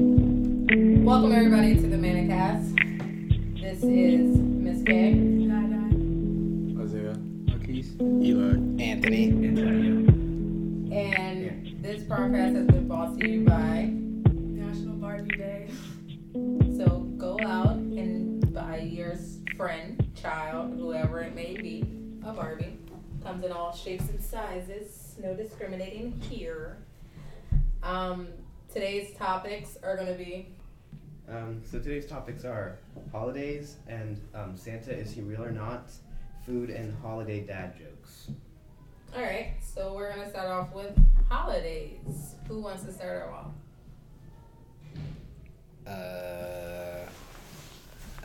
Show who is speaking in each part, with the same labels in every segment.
Speaker 1: Welcome everybody to the Manicast. This is Miss K.
Speaker 2: Isaiah.
Speaker 3: Anthony.
Speaker 1: And this podcast has been brought to you by
Speaker 4: National Barbie Day.
Speaker 1: so go out and buy your s- friend, child, whoever it may be, a Barbie. Comes in all shapes and sizes. No discriminating here. Um, today's topics are gonna be
Speaker 3: Um, so today's topics are holidays and um, Santa is he real or not? Food and holiday dad jokes.
Speaker 1: all right. So we're gonna start off with holidays. Who wants to start off?
Speaker 5: Uh,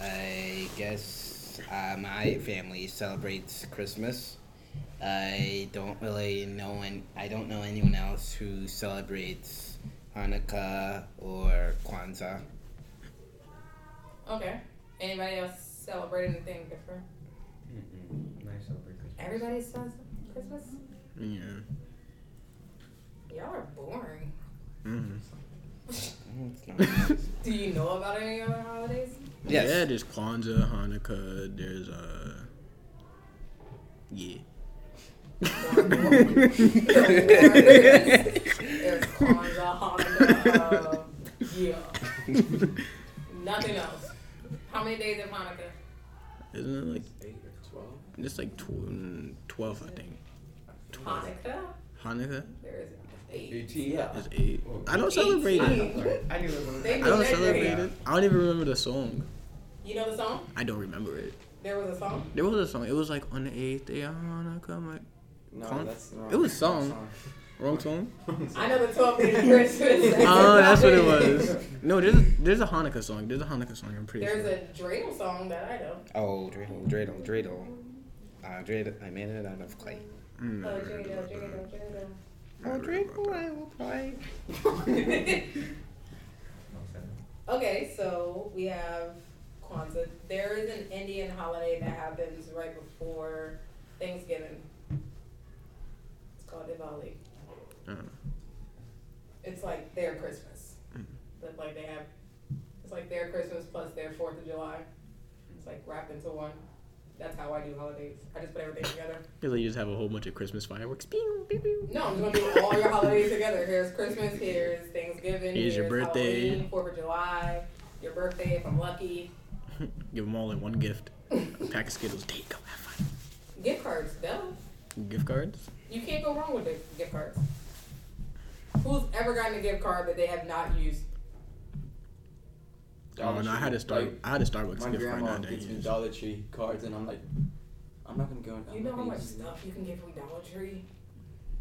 Speaker 5: I guess uh, my family celebrates Christmas. I don't really know, and I don't know anyone else who celebrates Hanukkah or Kwanzaa.
Speaker 1: Okay. Anybody else celebrate anything different?
Speaker 3: Mm-mm. I celebrate Christmas.
Speaker 1: Everybody says Christmas?
Speaker 2: Yeah.
Speaker 1: Y'all are boring.
Speaker 2: Mm-hmm.
Speaker 5: No, it's not.
Speaker 1: Do you know about any other holidays?
Speaker 5: Yes.
Speaker 2: Yeah, there's Kwanzaa, Hanukkah, there's, uh. Yeah.
Speaker 1: There's Kwanzaa, Hanukkah, uh, yeah. Nothing else. How many days of Hanukkah?
Speaker 2: Isn't it like.
Speaker 3: Eight or twelve?
Speaker 2: It's like tw- 12, I think.
Speaker 1: Hanukkah?
Speaker 2: Hanukkah
Speaker 1: There is eight.
Speaker 3: Eighteen. Yeah.
Speaker 2: is 8. I don't celebrate it.
Speaker 1: Eighteen.
Speaker 3: Sorry, I knew it was.
Speaker 1: They
Speaker 2: I don't
Speaker 1: Yeah.
Speaker 2: celebrate it. I don't even remember the song.
Speaker 1: You know the song?
Speaker 2: I don't remember it.
Speaker 1: There was a song?
Speaker 2: There was a song. It was like on the 8th day of Hanukkah. I'm like,
Speaker 6: No,
Speaker 2: Con-
Speaker 6: that's the wrong.
Speaker 2: it was song. wrong song?
Speaker 1: I know the 12 days of Christmas.
Speaker 2: Oh, that's what it was. No, there's a, there's a Hanukkah song. There's a Hanukkah song. I'm pretty
Speaker 1: There's
Speaker 2: sure.
Speaker 1: a dreidel song that I know.
Speaker 5: Oh, dreidel, dreidel, dreidel. Uh, dreidel. I made it out of clay.
Speaker 2: Mm,
Speaker 1: Oh, dreidel, dreidel, dreidel.
Speaker 5: Oh, dreidel, I will play.
Speaker 3: Oh,
Speaker 1: Okay, so we have Kwanzaa. There is an Indian holiday that happens right before Thanksgiving. It's called Diwali.
Speaker 2: Uh-huh.
Speaker 1: It's like their Christmas.
Speaker 2: Mm-hmm.
Speaker 1: But like they have, it's like their Christmas plus their Fourth of July. It's like wrapped into one. That's how I do holidays. I just put everything together.
Speaker 2: Because you just have a whole bunch of Christmas fireworks. Pew, pew, pew.
Speaker 1: No, I'm just gonna do all your holidays together. Here's Christmas. Here's Thanksgiving.
Speaker 2: Here's your birthday.
Speaker 1: Halloween, Fourth of July. Your birthday, if I'm lucky.
Speaker 2: Give them all in one gift. A pack of Skittles. Take go have fun.
Speaker 1: Gift cards, though.
Speaker 2: Gift cards?
Speaker 1: You can't go wrong with the gift cards. Who's ever gotten a gift card that they have not used?
Speaker 2: Oh, no, I had a Star.
Speaker 6: Like,
Speaker 2: I had a Starbucks
Speaker 6: my
Speaker 2: gift card
Speaker 6: grandma
Speaker 2: that day.
Speaker 6: gets me Dollar Tree cards, and I'm like, I'm not gonna go. I'm
Speaker 1: You know
Speaker 6: not
Speaker 1: how
Speaker 6: gonna
Speaker 1: much
Speaker 6: use
Speaker 1: stuff you can get from Dollar Tree?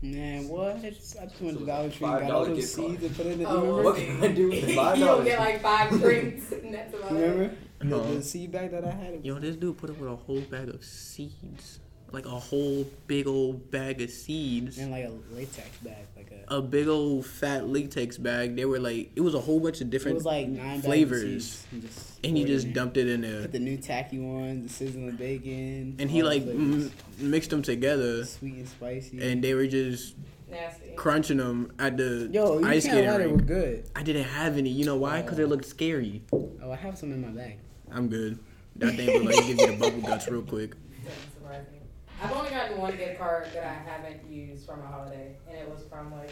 Speaker 5: Nah, what? It's up to
Speaker 6: So
Speaker 5: a
Speaker 6: it's
Speaker 5: dollar
Speaker 6: like
Speaker 5: tree. Got all
Speaker 6: $5
Speaker 5: those
Speaker 6: gift card.
Speaker 5: seeds and put it in the.
Speaker 1: Oh,
Speaker 5: you remember?
Speaker 6: What can I do with the five
Speaker 1: you don't
Speaker 6: dollars?
Speaker 1: get like five drinks, and that's about
Speaker 5: You remember?
Speaker 2: No.
Speaker 5: The, the seed bag that I had.
Speaker 2: Yo, this dude put up with a whole bag of seeds. Like a whole big old bag of seeds.
Speaker 7: And like a latex bag, like a.
Speaker 2: A big old fat latex bag. They were like, it was a whole bunch of
Speaker 7: It
Speaker 2: different
Speaker 7: was like nine
Speaker 2: flavors.
Speaker 7: flavors, and, just
Speaker 2: And
Speaker 7: pour
Speaker 2: he
Speaker 7: it in
Speaker 2: just
Speaker 7: there.
Speaker 2: dumped it in there.
Speaker 7: Put the new tacky ones, the sizzling bacon.
Speaker 2: And he
Speaker 7: all the
Speaker 2: like
Speaker 7: flavors.
Speaker 2: m- mixed them together.
Speaker 7: sweet and spicy.
Speaker 2: And they were just
Speaker 1: it. Nasty.
Speaker 2: crunching them at the
Speaker 7: yo, you
Speaker 2: ice
Speaker 7: can't
Speaker 2: skating
Speaker 7: lie, they were
Speaker 2: rink.
Speaker 7: good.
Speaker 2: I didn't have any. You know why? Because it looked scary.
Speaker 7: Oh, I have some in my bag.
Speaker 2: I'm good. That thing would like give you the bubble guts real quick.
Speaker 1: Doesn't surprise me. I've only gotten one gift card that I haven't used from a holiday, and it was from like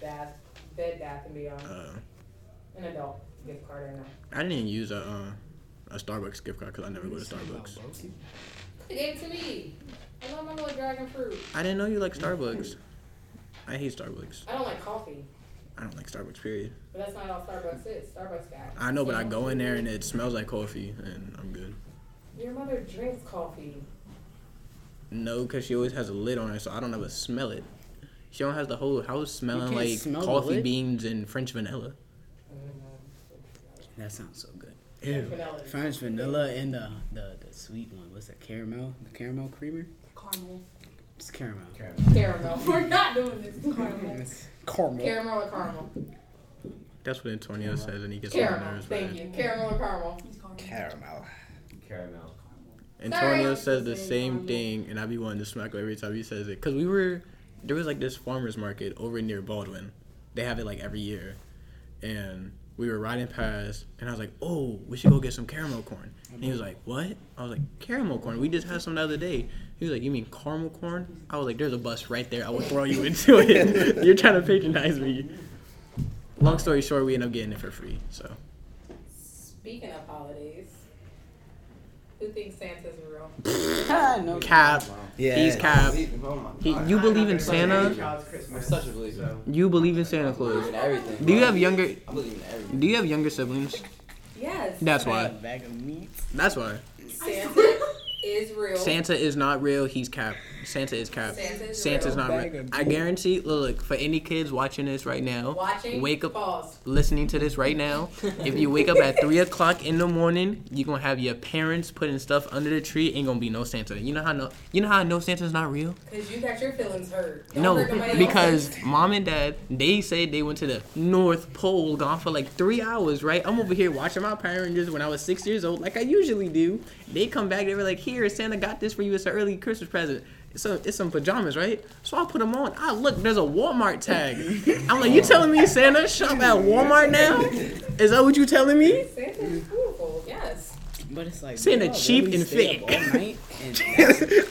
Speaker 1: Bath, Bed Bath and Beyond,
Speaker 2: Uh,
Speaker 1: an adult gift card or not.
Speaker 2: I didn't even use a uh, a Starbucks gift card because I never go to Starbucks.
Speaker 7: Oh,
Speaker 1: They gave it to me. I love my little dragon fruit.
Speaker 2: I didn't know you like Starbucks. I hate Starbucks.
Speaker 1: I don't like coffee,
Speaker 2: I don't like Starbucks. Period.
Speaker 1: but that's not all Starbucks is. Starbucks guy.
Speaker 2: I know, but I go in there and it smells like coffee, and I'm good.
Speaker 1: Your mother drinks coffee.
Speaker 2: No, because she always has a lid on her, so I don't ever smell it. She don't has the whole house smelling
Speaker 7: can't
Speaker 2: like
Speaker 7: smell the
Speaker 2: coffee
Speaker 7: lid?
Speaker 2: beans and French vanilla.
Speaker 7: That sounds so good.
Speaker 1: Vanilla.
Speaker 7: French vanilla and the, the the sweet one. What's that? Caramel? The caramel creamer?
Speaker 1: Caramel.
Speaker 7: It's caramel.
Speaker 1: Caramel. We're not doing this. Caramel.
Speaker 7: It's caramel.
Speaker 1: Caramel or caramel?
Speaker 2: That's what Antonio says, and he gets on my
Speaker 1: Caramel.
Speaker 2: nerves.
Speaker 1: Thank
Speaker 2: man.
Speaker 1: you. Caramel or caramel?
Speaker 5: Caramel.
Speaker 3: Caramel.
Speaker 2: Antonio
Speaker 1: Sorry.
Speaker 2: says the same thing, and I be wanting to smack him every time he says it. Cause we were there was like this farmers market over near Baldwin. They have it like every year, and we we were riding past, and I was like, "Oh, we should go get some caramel corn." And he was like, "What?" I was like, "Caramel corn. We just had some the other day." He was like, "You mean caramel corn?" I was like, "There's a bus right there. I will throw you into it. You're trying to patronize me." Long story short, we end up getting it for free. So
Speaker 1: Speaking of holidays, who thinks Santa's real?
Speaker 7: Ah, no
Speaker 2: cap,
Speaker 5: Yeah.
Speaker 2: he's cap.
Speaker 6: Oh my
Speaker 2: He-
Speaker 6: God.
Speaker 2: you
Speaker 3: I'm not
Speaker 2: believe in
Speaker 3: gonna believe
Speaker 2: Santa?
Speaker 3: in Child's Christmas,
Speaker 6: I'm such a believer.
Speaker 3: so-
Speaker 2: You believe in Santa
Speaker 6: I believe
Speaker 2: Claus?
Speaker 6: in everything.
Speaker 2: Do you
Speaker 6: bro.
Speaker 2: have younger?
Speaker 6: I believe in everything.
Speaker 2: Do you have younger siblings?
Speaker 1: Yes.
Speaker 2: That's
Speaker 7: I got
Speaker 2: why.
Speaker 7: a bag of meat.
Speaker 2: That's why.
Speaker 1: Santa is real.
Speaker 2: Santa is not real. He's cap. Santa is cap.
Speaker 1: Santa is
Speaker 2: Santa's
Speaker 1: real.
Speaker 2: not
Speaker 7: Bag
Speaker 2: real.
Speaker 7: of
Speaker 2: I guarantee. Look, look, for any kids watching this right now,
Speaker 1: Watching.
Speaker 2: wake up,
Speaker 1: False.
Speaker 2: listening to this right now. If you wake up at three o'clock in the morning, you gonna have your parents putting stuff under the tree. Ain't gonna be no Santa. You know how no. You know how I know Santa's not real?
Speaker 1: Cause you got your feelings hurt. Don't
Speaker 2: No,
Speaker 1: hurt nobody
Speaker 2: because
Speaker 1: else's.
Speaker 2: mom and dad they said they went to the North Pole, gone for like three hours. Right? I'm over here watching my Power Rangers when I was six years old, like I usually do. They come back, they were like, "Here, Santa got this for you. It's an early Christmas present. So it's some pajamas, right?" So I put them on. I look, there's a Walmart tag. I'm like, "You telling me Santa shop at Walmart now? Is that what you telling me?"
Speaker 1: Santa's beautiful. Yes.
Speaker 7: But it's like
Speaker 2: Saying
Speaker 7: bro,
Speaker 2: it cheap
Speaker 7: really
Speaker 2: and
Speaker 7: stay
Speaker 2: fake.
Speaker 7: up all night and-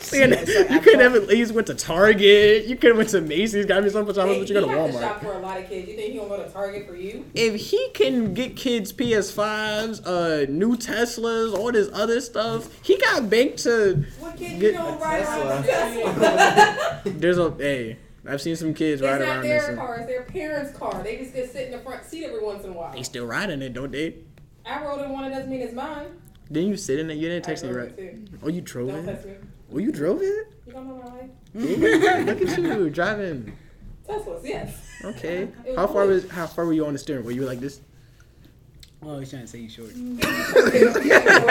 Speaker 2: Santa, you could have at least went to Target. You could have went to Macy's, got me some pajamas, but you go to
Speaker 1: he have to
Speaker 2: Walmart.
Speaker 1: shop for a lot of kids. You think he gonna go to Target for you?
Speaker 2: if he can get kids PS5s, uh, new Teslas, all this other stuff, he got banked to.
Speaker 1: What kid you
Speaker 2: Get-
Speaker 1: know right around
Speaker 6: Tesla.
Speaker 1: Tesla?
Speaker 2: There's a hey, I've seen some kids
Speaker 1: It's
Speaker 2: ride
Speaker 1: not
Speaker 2: around
Speaker 1: their
Speaker 2: this. and-
Speaker 1: car. It's their parents' car. They just get sit in the front seat every once in a while.
Speaker 2: They still riding it, don't they?
Speaker 1: I rolled in one. It doesn't mean it's mine.
Speaker 2: Didn't you sit in it? You didn't text
Speaker 1: I
Speaker 2: me
Speaker 1: rode
Speaker 2: right?
Speaker 1: it too.
Speaker 2: Oh, you drove
Speaker 1: Don't
Speaker 2: it?
Speaker 1: test me.
Speaker 2: Oh, you drove it?
Speaker 1: You don't know my life.
Speaker 2: Look at you driving.
Speaker 1: Teslas, yes.
Speaker 2: Okay.
Speaker 1: It
Speaker 2: How far
Speaker 1: cool.
Speaker 2: was how far were you on the steering? Were you like this?
Speaker 7: Oh, he's trying to say you short.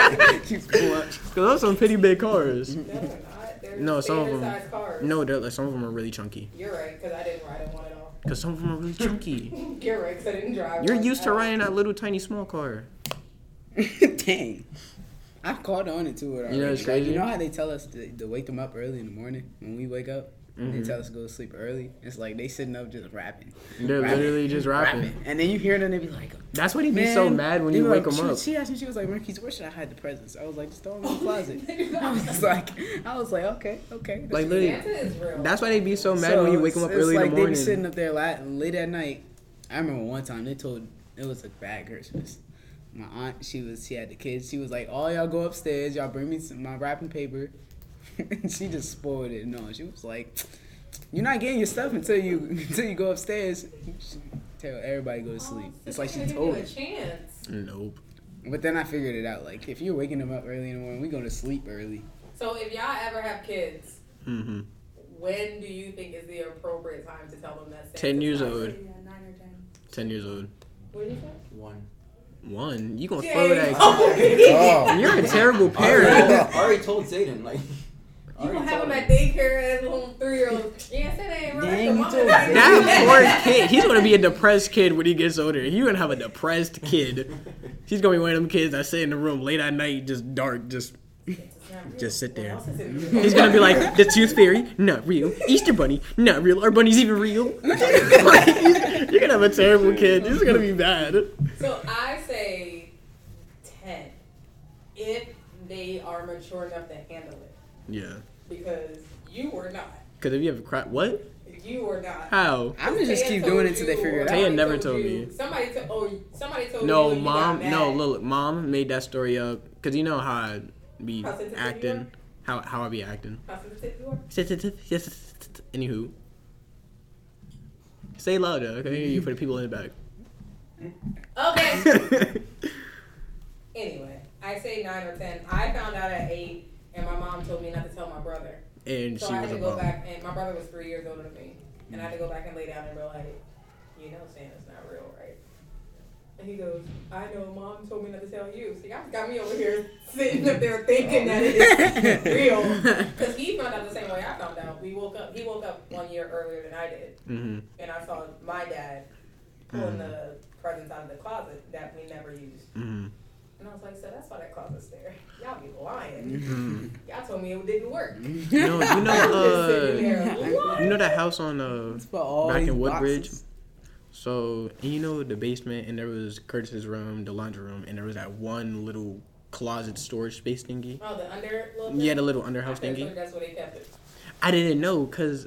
Speaker 2: Cause those some pretty big cars.
Speaker 1: No, they're not. They're
Speaker 2: No, some of them-
Speaker 1: standard-sized Cars.
Speaker 2: No, they're like some of them are really chunky.
Speaker 1: You're right, because I didn't ride in one at all.
Speaker 2: Cause some of them are really chunky.
Speaker 1: You're right, because I didn't drive.
Speaker 2: You're
Speaker 1: one
Speaker 2: used
Speaker 1: at
Speaker 2: to
Speaker 1: all.
Speaker 2: riding that little tiny small car.
Speaker 7: Dang. I've called on it to it already.
Speaker 2: You know what's
Speaker 7: Like,
Speaker 2: crazy?
Speaker 7: you know how they tell us to, to wake them up early in the morning when we wake up?
Speaker 2: Mm-hmm.
Speaker 7: They tell us to go to sleep early. It's like they sitting up just rapping.
Speaker 2: They're
Speaker 7: Rapping.
Speaker 2: literally just rapping.
Speaker 7: Rapping. And then you hear them, they be like,
Speaker 2: That's what he'd be
Speaker 7: Man,
Speaker 2: so mad when
Speaker 7: they
Speaker 2: you
Speaker 7: were
Speaker 2: wake
Speaker 7: like,
Speaker 2: him
Speaker 7: she,
Speaker 2: up.
Speaker 7: She asked me, she was like, Mercury's, where should I hide the presents? I was like, just throw them in the closet. I was just like, I was like, okay, okay. That's-
Speaker 2: Like literally,
Speaker 1: Santa is real.
Speaker 2: that's why they'd be so mad
Speaker 7: So,
Speaker 2: when you wake them up
Speaker 7: it's
Speaker 2: early
Speaker 7: like
Speaker 2: in the
Speaker 7: They be sitting
Speaker 2: morning.
Speaker 7: up there late, late at night. I remember one time they told it was a bad Christmas. My aunt, she was, she had the kids. She was like, "All y'all go upstairs. Y'all bring me some, my wrapping paper." and she just spoiled it. No, she was like, "You're not getting your stuff until you until you go upstairs." She tell everybody go to sleep.
Speaker 1: Oh,
Speaker 7: it's like Oh, she told
Speaker 1: you a
Speaker 7: us.
Speaker 1: chance.
Speaker 2: Nope.
Speaker 7: But then I figured it out. Like if you're waking them up early in the morning, we go to sleep early.
Speaker 1: So if y'all ever have kids,
Speaker 2: Mm-hmm.
Speaker 1: when do you think is the appropriate time to tell them that? Santa's
Speaker 2: Ten years
Speaker 1: not-
Speaker 2: old.
Speaker 4: Yeah, nine or ten.
Speaker 2: Ten years old.
Speaker 1: What did you
Speaker 6: One.
Speaker 2: One. You gonna
Speaker 1: say?
Speaker 2: throw
Speaker 1: Dang.
Speaker 2: that?
Speaker 5: Oh.
Speaker 2: You're a terrible
Speaker 6: I already,
Speaker 2: parent.
Speaker 6: I already told Zayden like. I
Speaker 1: You
Speaker 6: already
Speaker 1: gonna have
Speaker 6: told
Speaker 1: him
Speaker 6: him.
Speaker 1: at daycare as a little three year old. Yeah, Santa ain't real.
Speaker 7: Dang,
Speaker 1: Your
Speaker 7: you
Speaker 1: mama
Speaker 7: told
Speaker 1: didn't do
Speaker 2: That poor kid. He's gonna be a depressed kid when he gets older. You're gonna have a depressed kid. He's gonna be one of them kids that sit in the room late at night, just dark, just.
Speaker 1: It's not real.
Speaker 2: Just sit there.
Speaker 1: What else is it real?
Speaker 2: He's gonna be like, the tooth fairy, not real. Easter bunny, not real. Are bunnies even real? Like, he's- you're gonna have a terrible kid. This is gonna be bad.
Speaker 1: So I say ten if they are mature enough to handle it,
Speaker 2: Yeah.
Speaker 1: because you were not.
Speaker 2: Cause if you have a crap, what?
Speaker 1: You were not.
Speaker 2: How?
Speaker 7: I'm gonna just
Speaker 1: Taya
Speaker 7: keep
Speaker 1: told
Speaker 7: doing it till they
Speaker 1: you,
Speaker 7: figure
Speaker 1: or
Speaker 7: it out.
Speaker 2: Taya
Speaker 1: somebody
Speaker 2: never
Speaker 1: told
Speaker 2: told
Speaker 1: you.
Speaker 2: me.
Speaker 1: Somebody told. Oh, somebody told
Speaker 2: No,
Speaker 1: you. you got
Speaker 2: mom. No,
Speaker 1: mad.
Speaker 2: look, mom made that story up because you know how I be
Speaker 1: How sensitive you are?
Speaker 2: acting, how how I be acting.
Speaker 1: How sensitive you are.
Speaker 2: Sensitive, yes. yes, yes, yes. Anywho, say louder, okay? You for the people in the
Speaker 1: Okay.
Speaker 2: back.
Speaker 1: anyway, I say nine or ten. I found out at eight, and my mom told me not to tell my brother.
Speaker 2: and
Speaker 1: So
Speaker 2: she
Speaker 1: I had
Speaker 2: was
Speaker 1: to
Speaker 2: a
Speaker 1: go
Speaker 2: bum.
Speaker 1: back, and my brother was three years older than me, and I had to go back and lay down and be like, you know, Santa's not real, right? And he goes, I know, mom told me not to tell you. So y'all got me over here sitting up there thinking that it's real, because he found out the same way I found out. We woke up, he woke up one year earlier than I did,
Speaker 2: Mm-hmm.
Speaker 1: and I saw my dad
Speaker 2: Hmm.
Speaker 1: pulling the presents out of the closet that we never used.
Speaker 2: Mm-hmm.
Speaker 1: And I was like, so that's why that closet's there. Y'all be lying. Y'all told me it didn't work.
Speaker 2: No, you
Speaker 1: I'm just sitting
Speaker 2: know,
Speaker 1: there,
Speaker 2: uh,
Speaker 1: what?
Speaker 2: you know that house on uh,
Speaker 7: It's for all
Speaker 2: Back
Speaker 7: these
Speaker 2: in Woodbridge.
Speaker 7: boxes.
Speaker 2: So and you know the basement, and there was Curtis's room, the laundry room, and there was that one little closet storage space thingy.
Speaker 1: Oh, the under little
Speaker 2: Yeah, the
Speaker 1: thing?
Speaker 2: little
Speaker 1: I
Speaker 2: underhouse
Speaker 1: think
Speaker 2: thingy.
Speaker 1: That's where they kept it.
Speaker 2: I didn't know because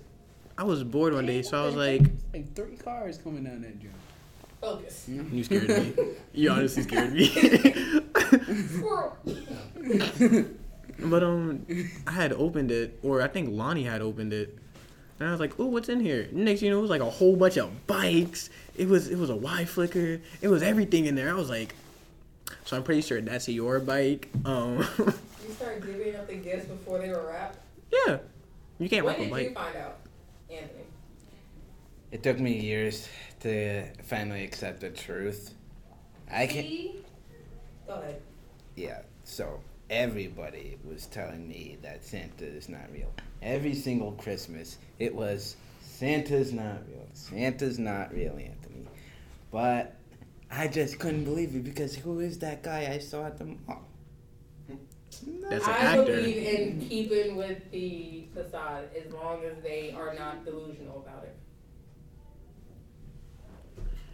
Speaker 2: I was bored one day, so I was like,
Speaker 7: Like three cars coming down that joint.
Speaker 1: Focus.
Speaker 2: "You scared me. You honestly scared me."
Speaker 1: Squirrel.
Speaker 2: But um, I had opened it, or I think Lonnie had opened it, and I was like, "Ooh, what's in here?" Next, thing you know, it was like a whole bunch of bikes. It was it was a Y flicker. It was everything in there. I was like, "So I'm pretty sure that's your bike." Um,
Speaker 1: You started giving up the gifts before they were wrapped.
Speaker 2: yeah, you can't
Speaker 1: when
Speaker 2: wrap
Speaker 1: did
Speaker 2: a
Speaker 1: you
Speaker 2: bike.
Speaker 1: find out, Anthony?
Speaker 5: It took me years to finally accept the truth. I can
Speaker 1: See? Go ahead.
Speaker 5: Yeah, so everybody was telling me that Santa is not real. Every single Christmas, it was Santa's not real. Santa's not real, Anthony. But I just couldn't believe it because who is that guy I saw at the mall?
Speaker 2: That's an
Speaker 1: I
Speaker 2: actor.
Speaker 1: believe in keeping with the facade as long as they are not delusional about it.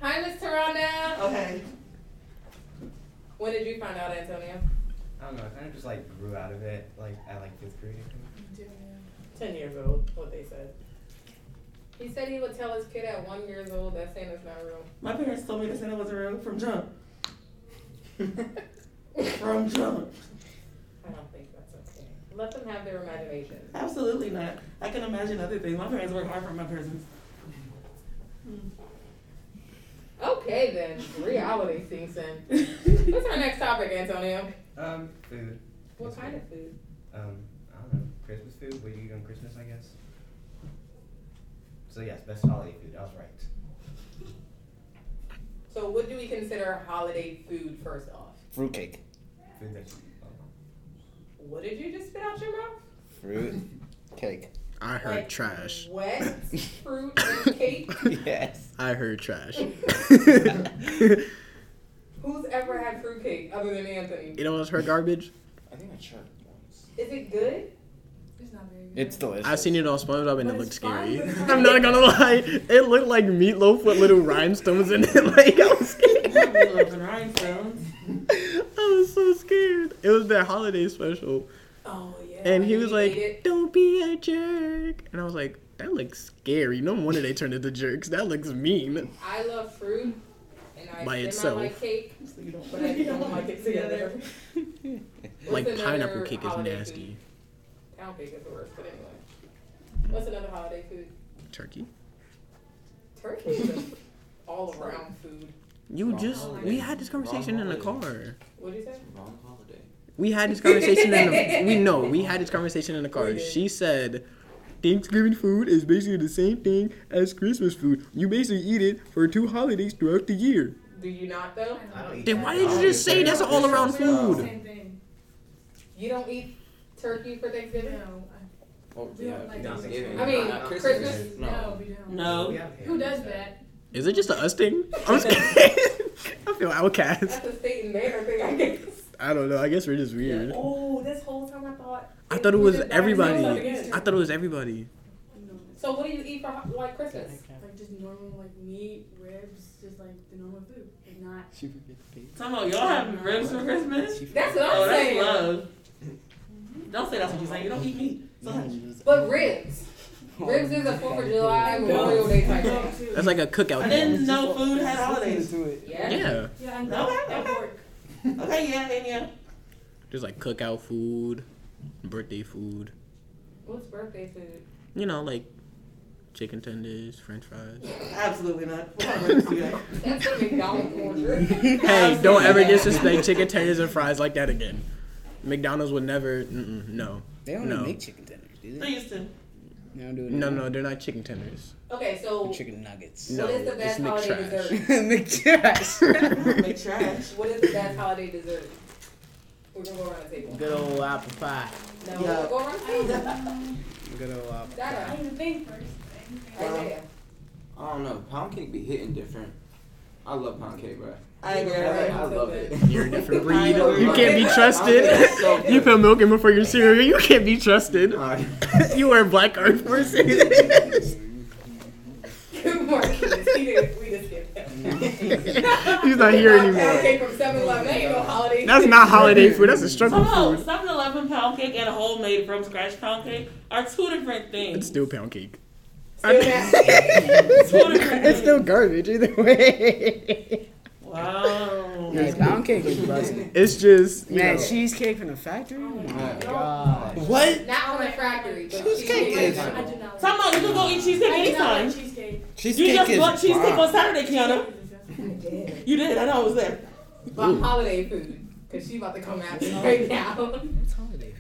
Speaker 1: Hi, Miss Taranda.
Speaker 3: Okay.
Speaker 1: When did you find out, Antonio?
Speaker 3: I don't know. I kind of just like grew out of it, like at like fifth grade. I think.
Speaker 1: Ten years old. What they said. He said he would tell his kid at one years old that Santa's not real.
Speaker 6: My parents told me that Santa was real from jump. from jump.
Speaker 1: I don't think that's okay. Let them have their imagination.
Speaker 6: Absolutely not. I can imagine other things. My parents work hard for my presents.
Speaker 1: Okay then, reality sinks in. What's our next topic, Antonio?
Speaker 3: Um, food.
Speaker 1: What kind of food?
Speaker 3: Um, I don't know. Christmas food. What do you eat on Christmas? I guess. So yes, best holiday food. I was right.
Speaker 1: So, what do we consider holiday food first off?
Speaker 5: Fruitcake.
Speaker 3: Food that you
Speaker 1: What did you just spit out your mouth?
Speaker 5: Fruit cake.
Speaker 2: I
Speaker 1: Like,
Speaker 2: heard trash.
Speaker 1: Wet fruit and cake.
Speaker 5: Yes.
Speaker 2: I heard trash.
Speaker 1: Who's ever had fruit cake other than Anthony?
Speaker 2: you know what's her garbage?
Speaker 6: I think I tried it once.
Speaker 1: Is it good?
Speaker 4: It's not very good.
Speaker 5: It's delicious.
Speaker 2: I've seen it on SpongeBob and
Speaker 1: But
Speaker 2: it looked
Speaker 1: it's
Speaker 2: scary.
Speaker 1: fine.
Speaker 2: I'm not gonna lie, it looked like meatloaf with little rhinestones in it. Like I was scared.
Speaker 6: Meatloaf and rhinestones.
Speaker 2: I was so scared. It was their holiday special,
Speaker 1: Oh yeah.
Speaker 2: and he
Speaker 1: you
Speaker 2: was
Speaker 1: ate
Speaker 2: like,
Speaker 1: it.
Speaker 2: "Don't be a jerk," and I was like, "That looks scary. No wonder they turned into jerks. That looks mean."
Speaker 1: "I love fruit, and I
Speaker 2: By
Speaker 1: semi
Speaker 2: itself.
Speaker 1: like cake,
Speaker 6: So you don't
Speaker 1: but I don't like it together." What's
Speaker 2: Like
Speaker 1: another
Speaker 2: pineapple cake is
Speaker 1: holiday
Speaker 2: nasty.
Speaker 1: Food? Pound cake is the worst, but anyway. What's another holiday food?
Speaker 2: Turkey.
Speaker 1: Turkey is an all around food.
Speaker 2: You
Speaker 6: Wrong
Speaker 2: just
Speaker 6: holiday.
Speaker 2: we had this
Speaker 6: Wrong
Speaker 2: conversation in the
Speaker 6: holiday.
Speaker 2: car.
Speaker 1: What do you say?
Speaker 6: Wrong holiday.
Speaker 2: We had this conversation in the we know we had this conversation in the car.
Speaker 1: We did.
Speaker 2: She said. Thanksgiving food is basically the same thing as Christmas food. You basically eat it for two holidays throughout the year. Oh,
Speaker 1: Do you not though?
Speaker 3: I don't eat.
Speaker 2: Then
Speaker 3: that.
Speaker 2: why did you just say that's an all around food?
Speaker 4: Same thing.
Speaker 1: You don't eat turkey for Thanksgiving?
Speaker 4: No.
Speaker 6: Oh,
Speaker 4: We don't like
Speaker 6: Thanksgiving.
Speaker 1: I mean,
Speaker 6: Not
Speaker 1: Christmas?
Speaker 4: No, no
Speaker 6: No.
Speaker 4: we don't.
Speaker 3: We
Speaker 6: No.
Speaker 3: have ham.
Speaker 4: Who does that?
Speaker 2: Is it just a us thing? I'm scared. I feel outcast.
Speaker 1: That's a state and manner thing, I guess.
Speaker 2: I don't know. I guess we're just weird.
Speaker 1: Oh, this whole time I thought.
Speaker 2: I thought it was everybody.
Speaker 1: Everybody.
Speaker 2: I thought it was everybody.
Speaker 4: No.
Speaker 1: So what do you eat for ho- like Christmas?
Speaker 4: Like just normal like meat, ribs, just like the normal food. Like not
Speaker 7: She forget the pig.
Speaker 6: Talking about y'all having ribs for Christmas?
Speaker 7: She
Speaker 1: That's what I'm
Speaker 6: Oh, that's
Speaker 1: saying.
Speaker 6: love. Don't say that's what you say. You don't eat meat. So
Speaker 7: forgot.
Speaker 6: that's
Speaker 1: But ribs. Ribs is a Fourth of July Memorial Day type thing.
Speaker 4: too.
Speaker 2: That's like a cookout.
Speaker 6: I didn't know food had holidays.
Speaker 7: Listen to it.
Speaker 1: Yeah.
Speaker 2: Yeah,
Speaker 4: Yeah, I
Speaker 6: No,
Speaker 4: know.
Speaker 6: okay,
Speaker 4: At
Speaker 6: okay.
Speaker 4: work.
Speaker 6: Okay, yeah, and yeah.
Speaker 2: just like cookout food, birthday food.
Speaker 1: What's birthday food?
Speaker 2: You know, like chicken tenders, French fries.
Speaker 6: Absolutely not. What kind of ribs you got?
Speaker 1: That's a McDonald's order.
Speaker 2: Hey, don't ever disrespect chicken tenders and fries like that again. McDonald's would never. Mm-mm, no,
Speaker 7: They don't
Speaker 2: No.
Speaker 7: make chicken tenders, do
Speaker 6: They
Speaker 7: they?
Speaker 6: used to.
Speaker 7: They don't do it
Speaker 2: no,
Speaker 7: anymore.
Speaker 2: no, they're not chicken tenders.
Speaker 1: Okay, so
Speaker 7: Chicken nuggets.
Speaker 2: No,
Speaker 1: what is the
Speaker 2: it's
Speaker 1: best holiday
Speaker 2: McTrash.
Speaker 1: dessert?
Speaker 7: McTrash.
Speaker 6: Make trash.
Speaker 1: What is the best holiday dessert? We're gonna go around the table.
Speaker 7: Good old apple pie.
Speaker 1: No,
Speaker 6: Yeah.
Speaker 1: go around the table.
Speaker 7: Good old apple
Speaker 1: Dada,
Speaker 4: I need to think first.
Speaker 1: Isaiah.
Speaker 6: I don't know. Pound cake be hitting different. I love pound cake, bro.
Speaker 1: I agree, I agree.
Speaker 6: I love it.
Speaker 2: You're a different breed.
Speaker 6: I agree.
Speaker 2: You can't be
Speaker 6: Pound cake's so
Speaker 2: trusted.
Speaker 6: good.
Speaker 2: You put milk in before your cereal. You can't be trusted.
Speaker 6: Alright.
Speaker 2: you are a black earth person.
Speaker 1: Good morning. We just skipped
Speaker 2: He's not here
Speaker 1: Pound
Speaker 2: anymore.
Speaker 1: cake from 7 Eleven. That ain't no holiday.
Speaker 2: That's not holiday food. That's a struggle
Speaker 8: Hello,
Speaker 2: food.
Speaker 8: 7 Eleven pound cake and a homemade from scratch pound cake are two different
Speaker 2: It's
Speaker 8: things.
Speaker 2: still pound cake.
Speaker 1: Still that-
Speaker 8: Two different
Speaker 2: it's still
Speaker 8: things.
Speaker 2: garbage either way.
Speaker 8: Wow.
Speaker 7: Man, pound cake is busted.
Speaker 2: It's just you
Speaker 7: Man,
Speaker 2: know,
Speaker 7: cheesecake from the factory? Oh my
Speaker 6: God.
Speaker 7: god.
Speaker 5: What?
Speaker 1: Not from the factory. but
Speaker 5: Cheesecake
Speaker 1: cheese.
Speaker 5: is-
Speaker 4: I do not like
Speaker 8: Talking about you can go eat cheesecake
Speaker 4: I do not
Speaker 8: anytime.
Speaker 4: like cheesecake.
Speaker 8: You
Speaker 5: Cheesecake
Speaker 8: just
Speaker 5: is
Speaker 8: bought cheesecake
Speaker 5: bomb.
Speaker 8: on Saturday, Kiana. You did. I know I was there.
Speaker 1: But holiday food. Because she about to come after me right now.
Speaker 7: What's holiday food?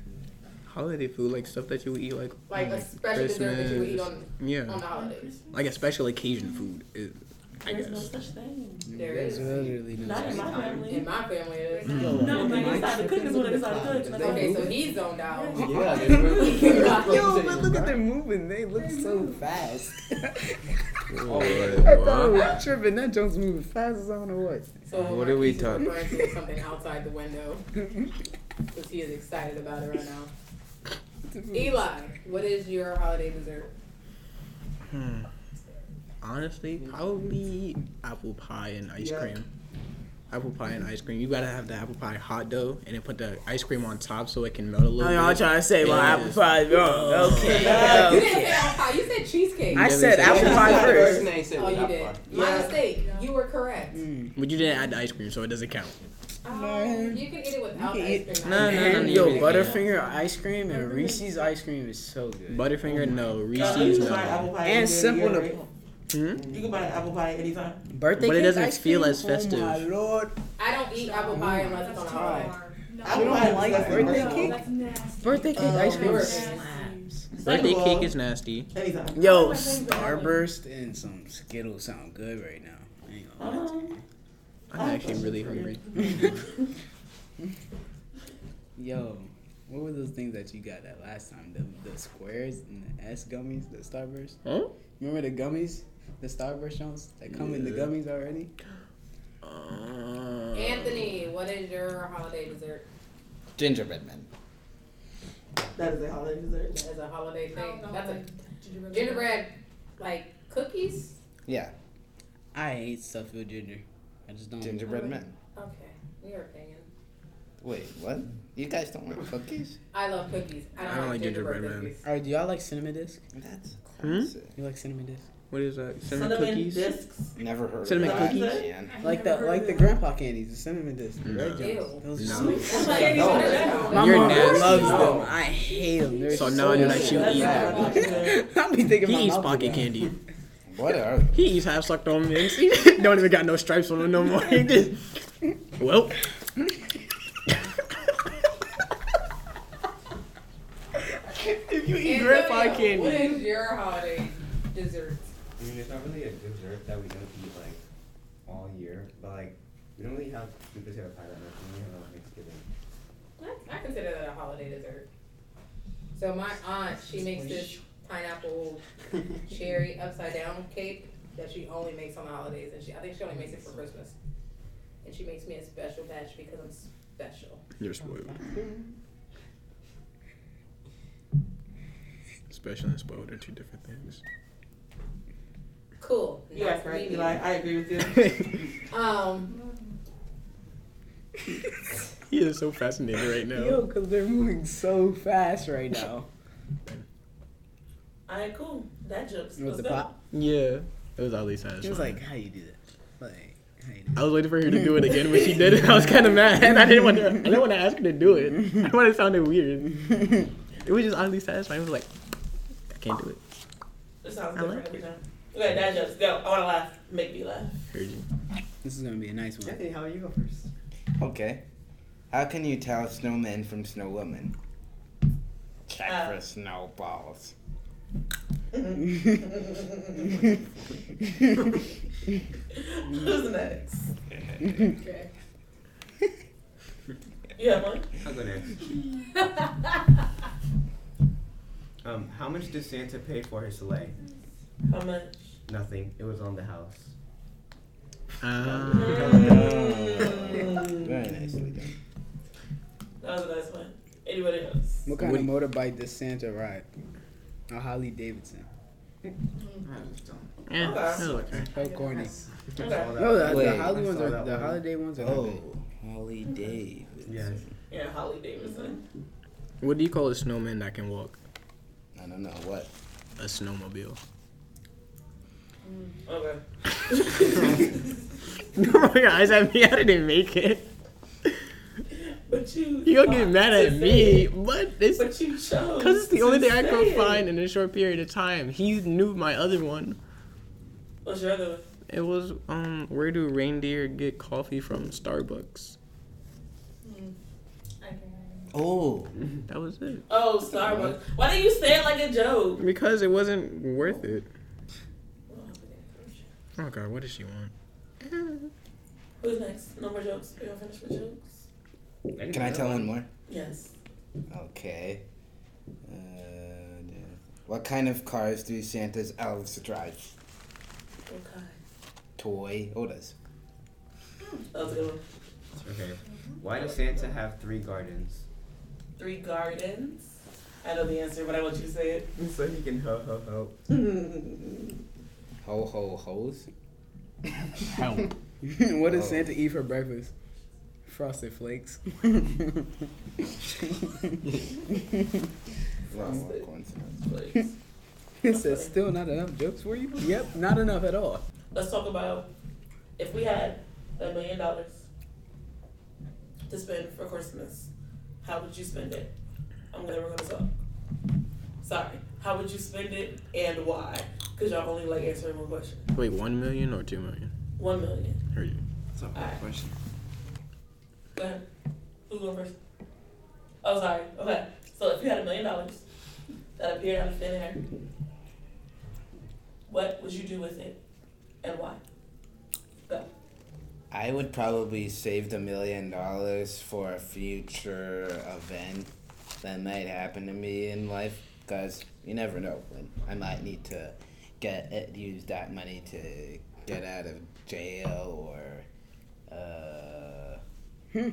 Speaker 2: holiday food, like stuff that you would eat, like um,
Speaker 1: Like
Speaker 2: on,
Speaker 1: a special dessert that you would eat on, on
Speaker 2: yeah,
Speaker 1: the holidays.
Speaker 2: like a special occasion food. It, I
Speaker 8: There's no
Speaker 2: guess.
Speaker 8: such thing.
Speaker 1: There
Speaker 7: There's
Speaker 1: is.
Speaker 7: literally no
Speaker 8: Not in
Speaker 7: such
Speaker 8: my
Speaker 1: In
Speaker 8: family.
Speaker 1: my family, it is.
Speaker 2: Mm.
Speaker 8: No, when they decide to cook is when they decide to cook. and that's all.
Speaker 1: Okay, so he's zoned out.
Speaker 6: Yeah, they were-
Speaker 7: Yo, but look at them moving. They look so fast. I thought it
Speaker 2: What?
Speaker 7: was tripping. That Jones moving fast as I don't know what.
Speaker 1: So
Speaker 6: What are we
Speaker 1: he's
Speaker 6: talking-
Speaker 1: referring to something outside the window. Because he is excited about it right now. Eli, what is your holiday dessert?
Speaker 2: Hmm. Honestly, probably apple pie and ice
Speaker 6: Yeah.
Speaker 2: cream. Apple pie and ice cream. You gotta have the apple pie hot dough, and then put the ice cream on top so it can melt a
Speaker 8: Oh,
Speaker 2: little. bit.
Speaker 7: trying to say
Speaker 2: well, apple
Speaker 7: pie wrong.
Speaker 1: You didn't say apple pie. You said cheesecake.
Speaker 7: Oh, I
Speaker 2: You
Speaker 7: said
Speaker 2: never
Speaker 7: apple
Speaker 2: said-
Speaker 7: pie first.
Speaker 6: Nate said
Speaker 1: oh, you
Speaker 6: apple
Speaker 1: did.
Speaker 6: pie.
Speaker 1: My mistake. You were correct.
Speaker 7: Mm.
Speaker 2: But you didn't add the ice cream, so it doesn't count.
Speaker 1: Um, you can eat it without
Speaker 7: You can
Speaker 1: ice
Speaker 7: eat-
Speaker 1: cream.
Speaker 2: No, no, no, no.
Speaker 7: Yo,
Speaker 2: you can't.
Speaker 7: Butterfinger ice cream and Reese's ice cream is so good.
Speaker 2: Butterfinger, no.
Speaker 8: Y'all, you
Speaker 2: Reese's,
Speaker 8: Oh can buy
Speaker 2: no.
Speaker 8: apple pie
Speaker 7: And
Speaker 8: any day of the
Speaker 7: simple
Speaker 8: year,
Speaker 7: to-
Speaker 8: right?
Speaker 2: Hmm?
Speaker 8: You can buy apple pie anytime.
Speaker 7: Birthday
Speaker 2: But it
Speaker 7: cake
Speaker 2: doesn't
Speaker 7: ice
Speaker 2: feel
Speaker 7: cream?
Speaker 2: as festive.
Speaker 7: Oh my lord.
Speaker 1: I don't eat apple
Speaker 4: Mm.
Speaker 1: pie unless it's on a holiday.
Speaker 8: Apple pie is like
Speaker 7: birthday
Speaker 8: versatile.
Speaker 7: cake.
Speaker 4: That's nasty.
Speaker 7: Birthday cake
Speaker 8: Um,
Speaker 7: ice cream
Speaker 1: yours.
Speaker 7: slaps.
Speaker 8: Second
Speaker 2: Birthday
Speaker 8: of all,
Speaker 2: cake is nasty.
Speaker 8: anytime.
Speaker 7: Yo,
Speaker 4: my friends are having-
Speaker 7: Starburst and some Skittles sound good right now. I ain't gonna lie to you.
Speaker 8: Um,
Speaker 2: I'm actually really hungry.
Speaker 7: Yo, what were those things that you got that last time? The, the squares and the S gummies, the Starburst.
Speaker 2: Huh?
Speaker 7: Remember the gummies, the Starburst ones that come in the
Speaker 2: Yeah.
Speaker 7: gummies already?
Speaker 2: Uh,
Speaker 1: Anthony, what is your holiday dessert?
Speaker 5: Gingerbread man.
Speaker 8: that is a holiday dessert.
Speaker 1: That is a holiday
Speaker 4: I don't
Speaker 1: thing.
Speaker 4: know.
Speaker 1: That's a
Speaker 4: Gingerbread.
Speaker 1: gingerbread, like cookies.
Speaker 5: Yeah,
Speaker 7: I hate stuff with ginger. I just don't.
Speaker 5: gingerbread man.
Speaker 1: Okay, your opinion.
Speaker 5: Wait, what? You guys don't like cookies?
Speaker 1: I love cookies. I don't,
Speaker 2: I don't
Speaker 1: like
Speaker 2: like
Speaker 1: gingerbread,
Speaker 2: gingerbread, man.
Speaker 1: cookies.
Speaker 7: All right, do y'all like cinnamon disc?
Speaker 5: That's
Speaker 2: Hmm?
Speaker 5: classic.
Speaker 7: You like cinnamon disc?
Speaker 2: What is that? Cinnamon,
Speaker 8: Cinnamon
Speaker 2: cookies?
Speaker 8: discs.
Speaker 5: Never heard
Speaker 2: Hmm? Cinnamon
Speaker 5: of that.
Speaker 8: cookies?
Speaker 5: man.
Speaker 4: I've
Speaker 7: Like
Speaker 4: never
Speaker 7: the
Speaker 4: heard
Speaker 7: like
Speaker 4: of
Speaker 7: the
Speaker 4: it.
Speaker 7: grandpa candies, the cinnamon disc, the red
Speaker 2: No.
Speaker 1: Ew.
Speaker 7: jones. Those
Speaker 2: No.
Speaker 7: are so
Speaker 1: I'm like,
Speaker 8: No.
Speaker 1: gingerbread.
Speaker 7: My
Speaker 2: You're
Speaker 7: mom
Speaker 2: nasty.
Speaker 7: loves
Speaker 6: No.
Speaker 7: them. I hate them. They're
Speaker 2: So
Speaker 7: so
Speaker 2: now I know that
Speaker 7: nasty.
Speaker 2: you eat
Speaker 6: bad.
Speaker 7: I be thinking my
Speaker 2: He eats
Speaker 7: mouth
Speaker 2: pocket
Speaker 7: is dry.
Speaker 2: candy.
Speaker 5: What are?
Speaker 2: He eats half sucked on mints. He don't even got no stripes on him no more. He just, well. if you eat grandpa
Speaker 1: Antonio, What
Speaker 2: candy,
Speaker 1: is your holiday dessert?
Speaker 3: I mean, there's not really a dessert that we don't eat like all year, but like we don't really have sweet potato pie that much. We only have it on Thanksgiving.
Speaker 1: I consider that a holiday dessert. So my aunt, she makes this pineapple cherry upside down cake that she only makes on the holidays, and she I think she only makes it for Christmas. And she makes me a special batch because I'm special.
Speaker 2: you're spoiled. Special and spoiled are two different things.
Speaker 1: Cool.
Speaker 8: You
Speaker 1: Nice
Speaker 8: are right,
Speaker 1: meeting
Speaker 8: Eli. I agree with you.
Speaker 1: you. Um.
Speaker 2: he is so fascinated right
Speaker 7: Yo,
Speaker 2: now.
Speaker 7: because they're moving so fast right now.
Speaker 8: All right, cool. That jokes.
Speaker 7: With the
Speaker 8: What's up?
Speaker 7: pop,
Speaker 2: Yeah, it was Ali satisfying.
Speaker 7: he was like, "How you do that? Like, how you do
Speaker 2: I was waiting for her to do it again when she did it. I was kind of mad. I didn't want to. I didn't want to ask her to do it. I didn't want it sounded weird.
Speaker 7: that?"
Speaker 2: It was just oddly satisfying. I was like, I can't do it.
Speaker 8: It sounds
Speaker 2: I
Speaker 8: different
Speaker 2: like
Speaker 8: every time. Okay, that jokes. Go. I want to laugh. Make me laugh.
Speaker 2: Heard you.
Speaker 7: this is gonna be a nice one.
Speaker 3: Anthony, how about you go first?
Speaker 5: Okay. How can you tell snowmen from snowwomen? Check
Speaker 8: Uh.
Speaker 5: for snowballs.
Speaker 8: Who's next?
Speaker 1: Okay.
Speaker 8: You have one?
Speaker 3: I'll go next. Um, how much did Santa pay for his sleigh?
Speaker 8: How much?
Speaker 3: Nothing. It was on the house.
Speaker 2: Uh,
Speaker 8: Mm.
Speaker 5: Very nicely done.
Speaker 8: That was a nice one. Anybody else?
Speaker 7: What kind
Speaker 2: What
Speaker 7: of motorbike does Santa ride? A Harley Davidson.
Speaker 6: I just don't.
Speaker 2: Yeah,
Speaker 8: Okay.
Speaker 2: it'll look right.
Speaker 7: So corny.
Speaker 8: Okay.
Speaker 7: No, the,
Speaker 5: Wait,
Speaker 7: the holiday
Speaker 3: I
Speaker 7: ones
Speaker 3: saw
Speaker 7: are
Speaker 3: that
Speaker 7: the
Speaker 3: one.
Speaker 7: holiday ones are. not
Speaker 5: Oh,
Speaker 7: bad.
Speaker 5: Holly Davidson.
Speaker 3: Yes.
Speaker 8: Yeah, Holly Davidson.
Speaker 2: What do you call a snowman that can walk?
Speaker 5: I don't know what.
Speaker 2: A snowmobile.
Speaker 8: Okay.
Speaker 2: Don't roll your eyes at me. I didn't make it.
Speaker 8: But you.
Speaker 2: You gonna get
Speaker 8: thought
Speaker 2: mad
Speaker 8: to
Speaker 2: at
Speaker 8: say
Speaker 2: me,
Speaker 8: it,
Speaker 2: but it's
Speaker 8: But you chose.
Speaker 2: because it's the only
Speaker 8: to
Speaker 2: thing I
Speaker 8: say
Speaker 2: could
Speaker 8: it.
Speaker 2: find in a short period of time. He knew my other one.
Speaker 8: What's your other one?
Speaker 2: It was um, where do reindeer get coffee from Starbucks?
Speaker 5: Oh,
Speaker 2: That was it.
Speaker 8: Oh, Starbucks. Why didn't you say it like a joke?
Speaker 2: Because it wasn't worth it. Oh god, what does she want?
Speaker 8: Who's next? No more jokes. We all finished with jokes.
Speaker 5: can I tell one more?
Speaker 8: Yes.
Speaker 5: Okay. Uh, yeah. what kind of cars do Santa's elves drive?
Speaker 8: Okay.
Speaker 5: Toy Odas.
Speaker 8: That was a good one.
Speaker 3: Okay. Why does Santa have three gardens?
Speaker 8: Three gardens. I know the answer, but I want you to say it.
Speaker 3: So he can ho ho ho.
Speaker 5: Ho ho hoes.
Speaker 2: Help.
Speaker 7: what does
Speaker 5: Oh.
Speaker 7: Santa eat for breakfast? Frosted flakes.
Speaker 5: Wrong
Speaker 8: Sounds good.
Speaker 5: coincidence.
Speaker 8: Please.
Speaker 7: it says still not enough jokes for you. Yep, not enough at all.
Speaker 8: Let's talk about if we had a million dollars to spend for Christmas, how would you spend it? I'm gonna we're gonna talk. Sorry, how would you spend it and why? Because y'all only like answering one question.
Speaker 2: Wait, one million or two million?
Speaker 8: One million.
Speaker 2: Heard you.
Speaker 6: That's a hard
Speaker 8: Alright.
Speaker 6: question.
Speaker 8: Go ahead. Who's going first? Oh, sorry. Okay. So if you had a million dollars that appeared out of thin air, what would you do with it and why?
Speaker 5: I would probably save the million dollars for a future event that might happen to me in life because you never know when I might need to get it, use that money to get out of jail or uh,
Speaker 7: Hmm.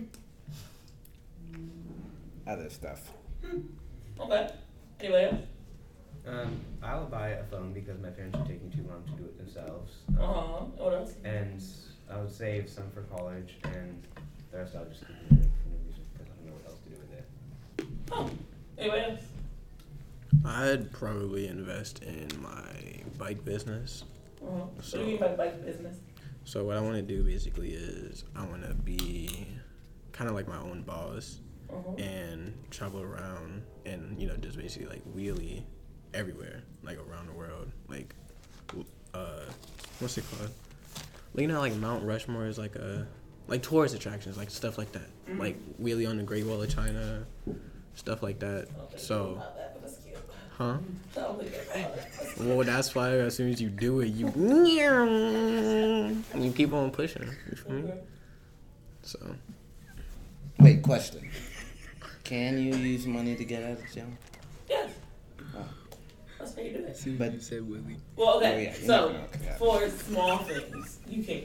Speaker 5: other stuff.
Speaker 8: Okay. Anybody else?
Speaker 3: Um, I'll buy a phone because my parents are taking too long to do it themselves. Um,
Speaker 8: Uh huh. What else?
Speaker 3: And I would save some for college, and the rest I'll just keep it for no reason because I don't know what else to do with it.
Speaker 8: Oh, anybody else?
Speaker 2: I'd probably invest in my bike business.
Speaker 8: Uh-huh.
Speaker 2: So-
Speaker 8: what do you mean by bike business?
Speaker 2: So what I want to do basically is I want to be kind of like my own boss
Speaker 8: Uh-huh.
Speaker 2: and travel around and you know just basically like wheelie everywhere like around the world like w- uh what's it called like you know how, like Mount Rushmore is like a like tourist attractions like stuff like that
Speaker 8: Mm-hmm.
Speaker 2: like wheelie on the Great Wall of China stuff like that
Speaker 8: I don't think
Speaker 2: so-
Speaker 8: about that, but that's cute.
Speaker 2: huh
Speaker 8: I don't think about that. That's cute.
Speaker 2: well Oh, that's why as soon as you do it you and you keep on pushing you feel me
Speaker 8: Okay.
Speaker 2: so
Speaker 5: Wait, question. Can you use money to get out of jail?
Speaker 8: Yes. That's how you do it.
Speaker 7: See what
Speaker 5: But-
Speaker 7: you said, Willie.
Speaker 8: Well,
Speaker 5: Oh,
Speaker 8: okay.
Speaker 5: yeah, you
Speaker 8: So,
Speaker 5: never know, yeah.
Speaker 8: for small things, you can.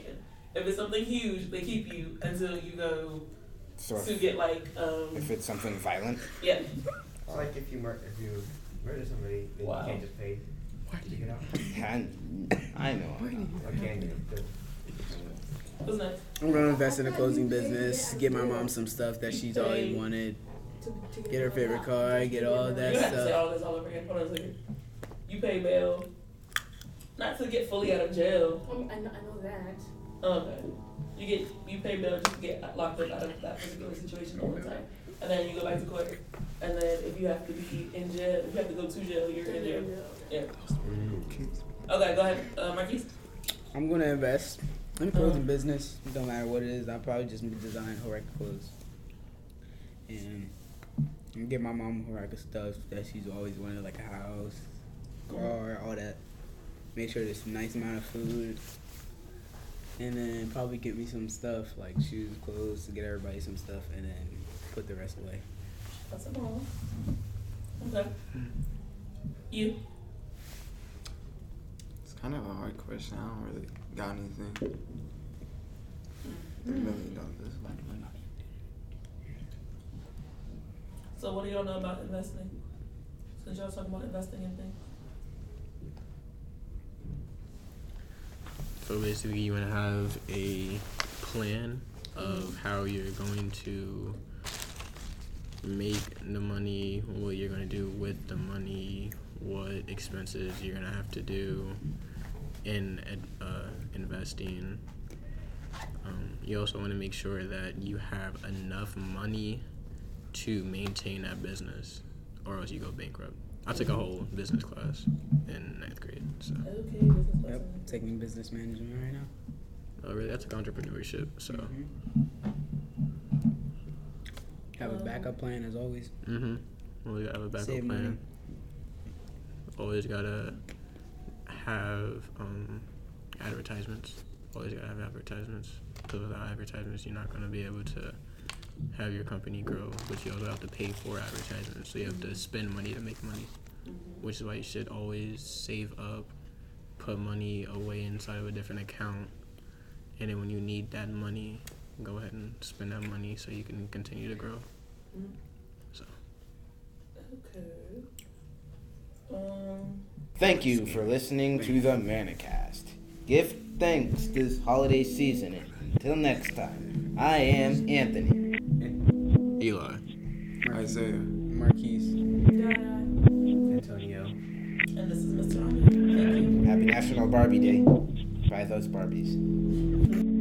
Speaker 8: If it's something huge, they keep you until you go
Speaker 5: So
Speaker 8: to
Speaker 5: if,
Speaker 8: get like um
Speaker 5: if it's something violent,
Speaker 8: yeah.
Speaker 3: It's like if you mur- if you murder somebody, then
Speaker 8: Wow.
Speaker 3: you can't just pay to get out.
Speaker 5: I, I know. I'm not.
Speaker 3: Or can you?
Speaker 8: What's next?
Speaker 7: I'm gonna invest in a clothing business. Get my mom some stuff that she's always wanted. Get her favorite car. Get all that
Speaker 8: you have to say
Speaker 7: stuff.
Speaker 8: all this all over again. Hold on a second. You pay bail, not to get fully out of jail. Oh,
Speaker 4: Um, I, know, I know that.
Speaker 8: Okay. You get you pay bail just to get locked up out of that particular situation all the time, and then you go back to court, and then if you have to be in jail, if you have to go to jail, you're in jail. Okay, go ahead, uh, Marquise.
Speaker 7: I'm gonna invest in clothing business. Don't matter what it is. I'll probably just design Horeca clothes. And and get my mom Horeca stuff that she's always wanted, like a house, car, all that. Make sure there's a nice amount of food. And then probably get me some stuff like shoes, clothes, to get everybody some stuff, and then put the rest away.
Speaker 1: Tá,
Speaker 8: That's it all. Okay. You.
Speaker 6: It's kind of a hard question. I don't really got anything. The
Speaker 7: Mm.
Speaker 6: million dollars.
Speaker 8: So what do y'all know about investing? Since y'all talking about investing in things.
Speaker 2: So basically, you want to have a plan of how you're going to make the money, what you're going to do with the money, what expenses you're going to have to do in ed- uh, investing. Um, you also want to make sure that you have enough money to maintain that business, or else you go bankrupt. I took a whole business class in ninth grade. So,
Speaker 8: Okay, business
Speaker 7: Yep,
Speaker 8: lesson.
Speaker 7: taking business management right now.
Speaker 2: oh, really, I took entrepreneurship. So,
Speaker 7: Mhm. Mm-hmm. Have a backup plan as always.
Speaker 2: Mm-hmm. Well, you gotta have a backup
Speaker 7: Save
Speaker 2: plan.
Speaker 7: money.
Speaker 2: Always gotta have um, advertisements. Always gotta have advertisements. Because without advertisements, you're not gonna be able to have your company grow. But you also have to pay for advertisements. So you have
Speaker 7: Mm-hmm.
Speaker 2: to spend money to make money. Which is why you should always save up, put money away inside of a different account. And then when you need that money, go ahead and spend that money so you can continue to grow.
Speaker 8: Okay. Um.
Speaker 5: Thank you for listening to the Manicast. Give thanks this holiday season. Until next time, I am Anthony.
Speaker 2: Eli.
Speaker 6: Isaiah.
Speaker 7: Marquise.
Speaker 4: Dada.
Speaker 3: Antonio.
Speaker 8: And this is Mr. Ahmed. Thank you.
Speaker 5: Happy National Barbie Day. Buy those Barbies.